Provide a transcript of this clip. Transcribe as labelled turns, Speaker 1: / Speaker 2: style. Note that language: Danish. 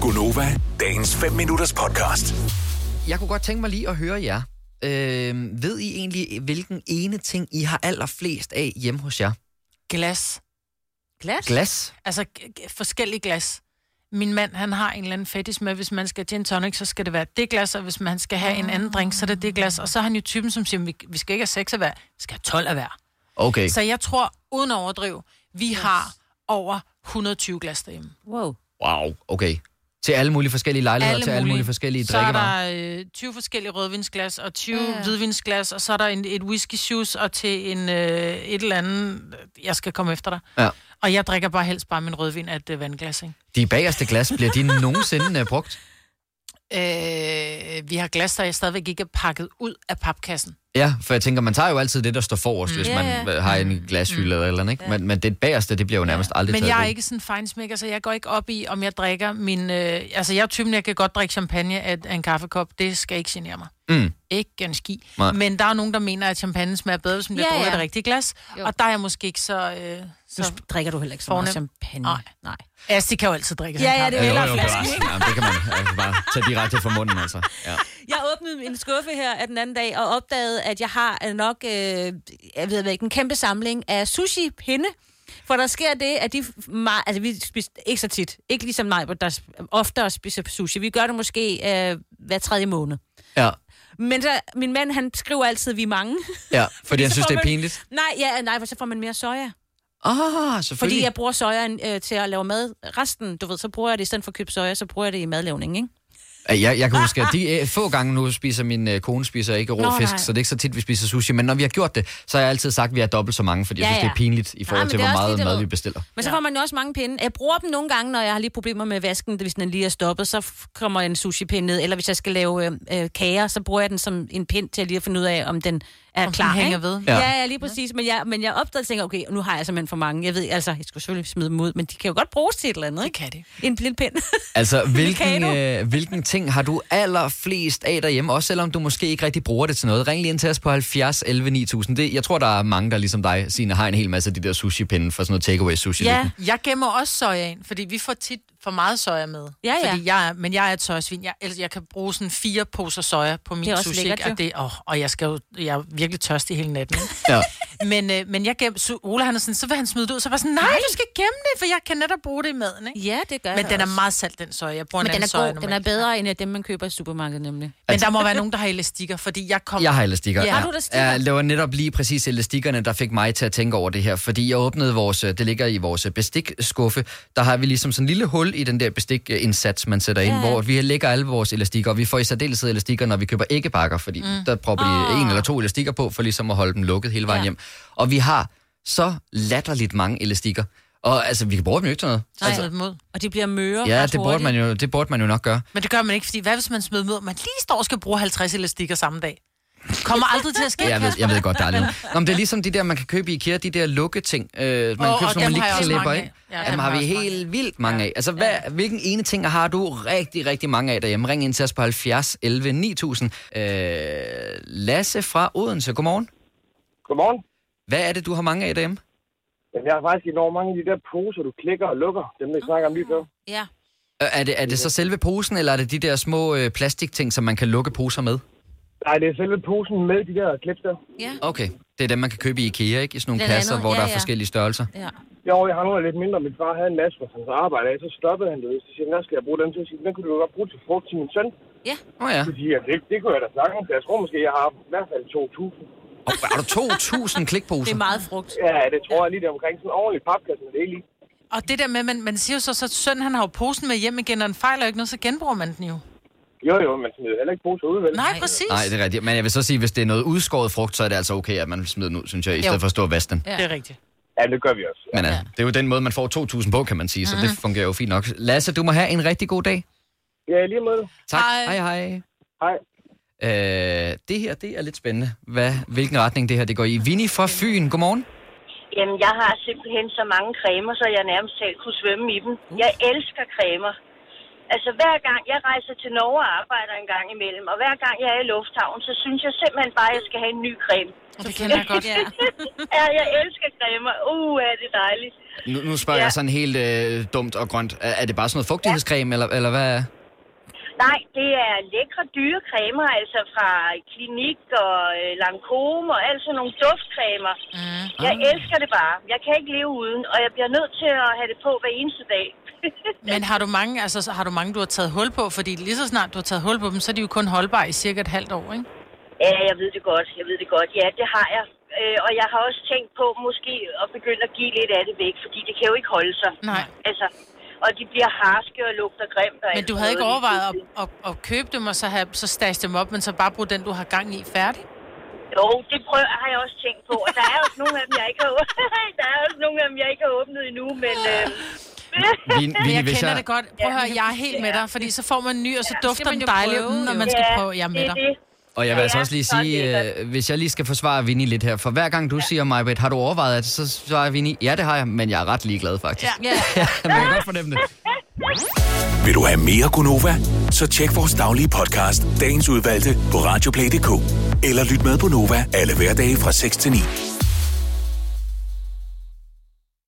Speaker 1: Gunova, dagens 5 minutters podcast.
Speaker 2: Jeg kunne godt tænke mig lige at høre jer. Øh, ved I egentlig, hvilken ene ting, I har allerflest af hjemme hos jer?
Speaker 3: Glas.
Speaker 4: Glas?
Speaker 2: Glas?
Speaker 3: Altså g- g- forskellige glas. Min mand, han har en eller anden fetish med, at hvis man skal have gin tonic, så skal det være det glas, og hvis man skal have en anden drink, så er det det glas. Og så er han jo typen, som siger, vi, vi skal ikke have seks af hver, vi skal have 12 af hver.
Speaker 2: Okay.
Speaker 3: Så jeg tror, uden at overdrive, vi yes. har over 120 glas derhjemme.
Speaker 4: Wow.
Speaker 2: Wow, okay. Til alle mulige forskellige lejligheder, alle til alle mulige forskellige
Speaker 3: Så er
Speaker 2: drikkevarer.
Speaker 3: der øh, 20 forskellige rødvinsglas og 20 ja. hvidvinsglas, og så er der en, et whisky juice og til en, øh, et eller andet, jeg skal komme efter dig.
Speaker 2: Ja.
Speaker 3: Og jeg drikker bare helst bare min rødvin af et øh, vandglas, ikke?
Speaker 2: De bagerste glas, bliver de nogensinde øh, brugt?
Speaker 3: Øh, vi har glas, der jeg stadigvæk ikke er pakket ud af papkassen.
Speaker 2: Ja, for jeg tænker, man tager jo altid det, der står forrest, hvis
Speaker 4: Ja,
Speaker 2: man
Speaker 4: ja.
Speaker 2: øh, har en glashylde eller et eller andet, ikke? Men, men det bagerste, det bliver jo nærmest aldrig
Speaker 3: Men
Speaker 2: taget
Speaker 3: jeg er
Speaker 2: ud.
Speaker 3: ikke sådan en fejnsmækker, så jeg går ikke op i, om jeg drikker min... Øh, altså, jeg er typen, jeg kan godt drikke champagne af, af en kaffekop. Det skal ikke genere mig.
Speaker 2: Mm.
Speaker 3: Ikke en ski.
Speaker 2: Nej.
Speaker 3: Nej. Men der er jo nogen, der mener, at champagne smager bedre, hvis man bliver
Speaker 4: Ja,
Speaker 3: ja, drukket
Speaker 4: ja.
Speaker 3: af et rigtigt glas.
Speaker 4: Jo.
Speaker 3: Jo. Og der er jeg måske ikke så... Øh,
Speaker 4: Så
Speaker 3: så...
Speaker 4: drikker du heller ikke så
Speaker 3: Fornem.
Speaker 4: meget champagne.
Speaker 3: Nej.
Speaker 4: Nej.
Speaker 3: Asti kan jo altid drikke sig
Speaker 4: Ja,
Speaker 3: en
Speaker 4: ja,
Speaker 3: kaffe.
Speaker 4: det er jo
Speaker 2: Ja, jo,
Speaker 4: heller
Speaker 2: jo,
Speaker 4: flaske,
Speaker 2: bevares. Ja, det kan man altså bare tage direkte fra munden, altså. Ja.
Speaker 4: Jeg åbnede en skuffe her af den anden dag og opdagede, at jeg har øh, nok øh, jeg ved ikke, en kæmpe samling af sushi-pinde. For der sker det, at de... f- Meget, altså, vi spiser ikke så tit. Ikke ligesom mig, hvor der s- oftere spiser sushi. Vi gør det måske øh, hver tredje måned.
Speaker 2: ja,
Speaker 4: Men så, min mand, han skriver altid, at vi er mange.
Speaker 2: ja, fordi han
Speaker 4: så
Speaker 2: synes,
Speaker 4: får
Speaker 2: det er
Speaker 4: man-
Speaker 2: pinligt.
Speaker 4: nej, ja, nej, for så får man mere soja.
Speaker 2: Ah,
Speaker 4: Fordi
Speaker 2: selvfølgelig.
Speaker 4: jeg bruger sojaen øh, til at lave mad. Resten, du ved, så bruger jeg det i stedet for at købe soja, så bruger jeg det i madlavning, ikke?
Speaker 2: Øh, Jeg, jeg kan huske, at de øh, få gange nu spiser min øh, kone spiser ikke rå
Speaker 4: Nå,
Speaker 2: fisk,
Speaker 4: nej.
Speaker 2: så det er ikke så tit, vi spiser sushi. Men når vi har gjort det, så har jeg altid sagt, at vi er dobbelt så mange, fordi jeg
Speaker 4: Ja,
Speaker 2: synes, det
Speaker 4: ja.
Speaker 2: er pinligt i forhold
Speaker 4: men
Speaker 2: til,
Speaker 4: det er
Speaker 2: hvor
Speaker 4: også
Speaker 2: meget
Speaker 4: det, du
Speaker 2: mad
Speaker 4: ved.
Speaker 2: vi bestiller.
Speaker 4: Men så
Speaker 3: Ja.
Speaker 4: får man jo også mange pinde. Jeg bruger dem nogle gange, når jeg har lige problemer med vasken, hvis den lige er stoppet, så f- kommer en sushi-pind ned. Eller hvis jeg skal lave øh, øh, kager, så bruger jeg den som en pind til at lige at finde ud af, om den er
Speaker 3: Om den
Speaker 4: klar.
Speaker 3: hænger
Speaker 4: ikke?
Speaker 3: ved.
Speaker 4: Ja. ja, ja, lige præcis. Men jeg, men jeg opdagede og tænker, okay, nu har jeg simpelthen for mange. Jeg ved, altså, jeg skulle selvfølgelig smide dem ud, men de kan jo godt bruges til et eller andet,
Speaker 3: Det
Speaker 4: ikke?
Speaker 3: kan det.
Speaker 4: En lille pind.
Speaker 2: Altså, hvilken,
Speaker 4: Mikado.
Speaker 2: øh, hvilken ting har du allerflest af derhjemme, også selvom du måske ikke rigtig bruger det til noget? Ring lige ind til os på 70 11 9000. Det, jeg tror, der er mange, der ligesom dig, Signe, har en hel masse af de der sushi-pinde for sådan noget takeaway sushi.
Speaker 4: ja.
Speaker 3: Jeg gemmer også soja ind, fordi vi får tit for meget soja med.
Speaker 4: Ja, ja.
Speaker 3: Fordi jeg, er- men jeg er et sojasvin. Jeg, altså, jeg kan bruge sådan fire poser soja på
Speaker 4: Det er
Speaker 3: min
Speaker 4: også
Speaker 3: sushi.
Speaker 4: lækkert,
Speaker 3: ikke?
Speaker 4: jo.
Speaker 3: og, det, oh, og jeg, skal jo, jeg er virkelig tørstig hele natten. ikke?
Speaker 2: Ja.
Speaker 3: men, øh, men jeg gemmer... Su- Ola, han er sådan, så vil han smide det ud. Så var jeg sådan, nej, du skal gemme det, for jeg kan netop bruge det i maden. Ikke?
Speaker 4: ja, det gør
Speaker 3: Men
Speaker 4: jeg
Speaker 3: den er
Speaker 4: også.
Speaker 3: meget salt, den soja. Jeg bruger en
Speaker 4: Men den
Speaker 3: anden
Speaker 4: er
Speaker 3: soja
Speaker 4: god. Den er
Speaker 3: normalt.
Speaker 4: bedre end øh, dem, man køber i supermarkedet, nemlig.
Speaker 3: Men der må være nogen, der har elastikker, fordi jeg kom...
Speaker 2: Jeg har elastikker.
Speaker 3: Ja.
Speaker 2: Ja.
Speaker 4: Har du elastikker?
Speaker 2: Ja, det var netop lige præcis elastikkerne, der fik mig til at tænke over det her. Fordi jeg åbnede vores, øh, det ligger i vores øh, bestikskuffe, der har vi ligesom sådan en lille hul i den der bestikindsats, man sætter ind,
Speaker 4: Ja,
Speaker 2: ja.
Speaker 4: ja.
Speaker 2: hvor vi lægger alle vores elastikker, og vi får i særdeleshed elastikker, når vi køber æggebakker, fordi mm. der propper de
Speaker 4: Åh.
Speaker 2: en eller to elastikker på, for ligesom at holde dem lukket hele vejen
Speaker 4: Ah. Ja.
Speaker 2: ja. hjem. Og vi har så latterligt mange elastikker. Og altså, vi kan bruge dem jo ikke til noget.
Speaker 3: Nej,
Speaker 2: Altså,
Speaker 3: altså, mod.
Speaker 4: Og de bliver møre
Speaker 2: ja,
Speaker 4: ret
Speaker 2: det burde,
Speaker 4: hurtigt.
Speaker 2: man jo, det burde man jo nok gøre.
Speaker 3: Men det gør man ikke, fordi hvad hvis man smider mod, man lige står og skal bruge 50 elastikker samme dag? Kommer aldrig til at ske,
Speaker 2: Jeg ved,
Speaker 3: Kasper.
Speaker 2: jeg ved godt, der er lidt. Nå, men det er ligesom de der, man kan købe i IKEA, de der lukketing. Øh, man kan
Speaker 3: og
Speaker 2: købe, som
Speaker 3: dem
Speaker 2: man
Speaker 3: har jeg
Speaker 2: lige
Speaker 3: også
Speaker 2: klipper
Speaker 3: mange
Speaker 2: ind.
Speaker 3: af. Ja,
Speaker 2: Ja, dem
Speaker 3: dem
Speaker 2: har
Speaker 3: har
Speaker 2: vi
Speaker 3: jeg også
Speaker 2: helt vildt mange af. Altså, hvad, hvilken ene ting har du rigtig, rigtig mange af derhjemme? Ring ind til os på 70 11 9000. Øh, Lasse fra Odense, godmorgen.
Speaker 5: Godmorgen.
Speaker 2: Hvad er det, du har mange af derhjemme?
Speaker 5: Jamen, jeg har faktisk enormt mange af de der poser, du klikker og lukker. Dem, der snakker om lige før.
Speaker 4: Ja.
Speaker 2: Øh, Er det, er det så selve posen, eller er det de der små øh, plastikting, som man kan lukke poser med?
Speaker 5: Nej, det er selve posen med de der klip der.
Speaker 4: Ja.
Speaker 2: Okay, det er dem, man kan købe i IKEA, ikke? I sådan nogle
Speaker 4: Blandt
Speaker 2: kasser,
Speaker 4: andet,
Speaker 2: hvor
Speaker 4: ja,
Speaker 2: der er
Speaker 4: ja.
Speaker 2: forskellige størrelser.
Speaker 4: ja.
Speaker 5: Jo, jeg har nogle af lidt mindre. Min far havde en masse fra hans arbejde af. Så stoppede han det. Så siger han, hvad skal jeg bruge den til? Så siger, jeg, den kunne du godt bruge til frugt til min søn.
Speaker 2: Åh oh, ja.
Speaker 5: Så siger jeg, det, det kunne jeg da snakke om. Jeg tror måske, jeg har haft i hvert fald 2.000.
Speaker 2: Og er du 2.000
Speaker 4: Det
Speaker 2: klikposer?
Speaker 4: er meget frugt.
Speaker 5: Ja, det tror jeg lige der omkring. Sådan en ordentlig papkasse med det hele i.
Speaker 3: Og det der med, man, man siger jo så, så søn, han har jo posen med hjem igen, og den fejler jo ikke noget, så genbruger man den jo.
Speaker 5: Jo, jo, men smider heller ikke poser ud, vel?
Speaker 3: Nej, præcis.
Speaker 2: Nej, det er rigtigt. Men jeg vil så sige, hvis det er noget udskåret frugt, så er det altså okay, at man smider den ud, synes jeg, i stedet for at stå og vaske den.
Speaker 4: Ja.
Speaker 3: det er rigtigt.
Speaker 5: Ja, det gør vi også.
Speaker 2: Men ja. det er jo den måde, man får 2.000 på, kan man sige, så det fungerer jo fint nok. Lasse, du må have en rigtig god dag.
Speaker 5: Ja, lige med det.
Speaker 2: Tak.
Speaker 3: Hej.
Speaker 2: hej.
Speaker 5: Hej.
Speaker 2: hej. Øh, det her, det er lidt spændende. Hvad, hvilken retning det her, det går i. Vinnie fra Fyn, godmorgen.
Speaker 6: Jamen, jeg har simpelthen så mange cremer, så jeg nærmest selv kunne svømme i dem. Jeg elsker cremer. Altså, hver gang jeg rejser til Norge og arbejder en gang imellem, og hver gang jeg er i lufthavnen, så synes jeg simpelthen bare, at jeg skal have en ny creme.
Speaker 3: Og det kender jeg godt.
Speaker 4: Ja.
Speaker 6: ja, jeg elsker cremer. Uh, er det dejligt.
Speaker 2: Nu, nu spørger ja.
Speaker 6: Ja.
Speaker 2: jeg sådan helt øh, dumt og grønt. Er, er det bare sådan noget fugtighedscreme, eller, eller hvad er
Speaker 6: Nej, det er lækre dyre cremer, altså fra Klinik og øh, Lancome og alt sådan nogle duftcremer. Mm. Jeg elsker det bare. Jeg kan ikke leve uden, og jeg bliver nødt til at have det på hver eneste dag.
Speaker 3: Men har du mange, altså, så har du mange, du har taget hul på? Fordi lige så snart du har taget hul på dem, så er de jo kun holdbare i cirka et halvt år, ikke?
Speaker 6: ja, jeg ved det godt. Jeg ved det godt. Ja, det har jeg. Øh, og jeg har også tænkt på måske at begynde at give lidt af det væk, fordi det kan jo ikke holde sig.
Speaker 3: Nej.
Speaker 6: Altså, og de bliver harske og lugter grimt. Og
Speaker 3: Men
Speaker 6: alt
Speaker 3: du
Speaker 6: sådan
Speaker 3: havde ikke
Speaker 6: noget.
Speaker 3: overvejet at, at, at købe dem, og så, have, så stashe dem op, men så bare bruge den, du har gang i færdig?
Speaker 6: Jo, det prøver, har jeg også tænkt på. Og der er også nogle af dem, jeg ikke har, åb- der er også nogle af dem, jeg ikke har åbnet endnu, men... Øh,
Speaker 2: Vi,
Speaker 3: Men
Speaker 2: vi,
Speaker 3: jeg kender det godt. Prøv at høre, jeg er helt med dig, fordi så får man en ny, og så dufter
Speaker 4: man
Speaker 3: den
Speaker 4: jo
Speaker 3: dejligt,
Speaker 4: prøve,
Speaker 3: mm, og
Speaker 4: jo.
Speaker 3: man skal prøve. Jeg er med
Speaker 6: det er
Speaker 3: dig.
Speaker 6: det.
Speaker 2: Og jeg vil
Speaker 6: Ja,
Speaker 2: altså
Speaker 6: ja,
Speaker 2: også lige
Speaker 6: så er det
Speaker 2: sige, øh, hvis jeg lige skal forsvare Vinnie lidt her, for hver gang du ja. siger mig, har du overvejet det, så svarer Vinnie, ja det har jeg, men jeg er ret ligeglad faktisk.
Speaker 4: Ja.
Speaker 2: Man kan godt fornemme det.
Speaker 1: Vil du have mere Gunova? Så tjek vores daglige podcast, dagens udvalgte, på radioplay.dk. Eller lyt med på Nova alle hverdage fra 6 til 9.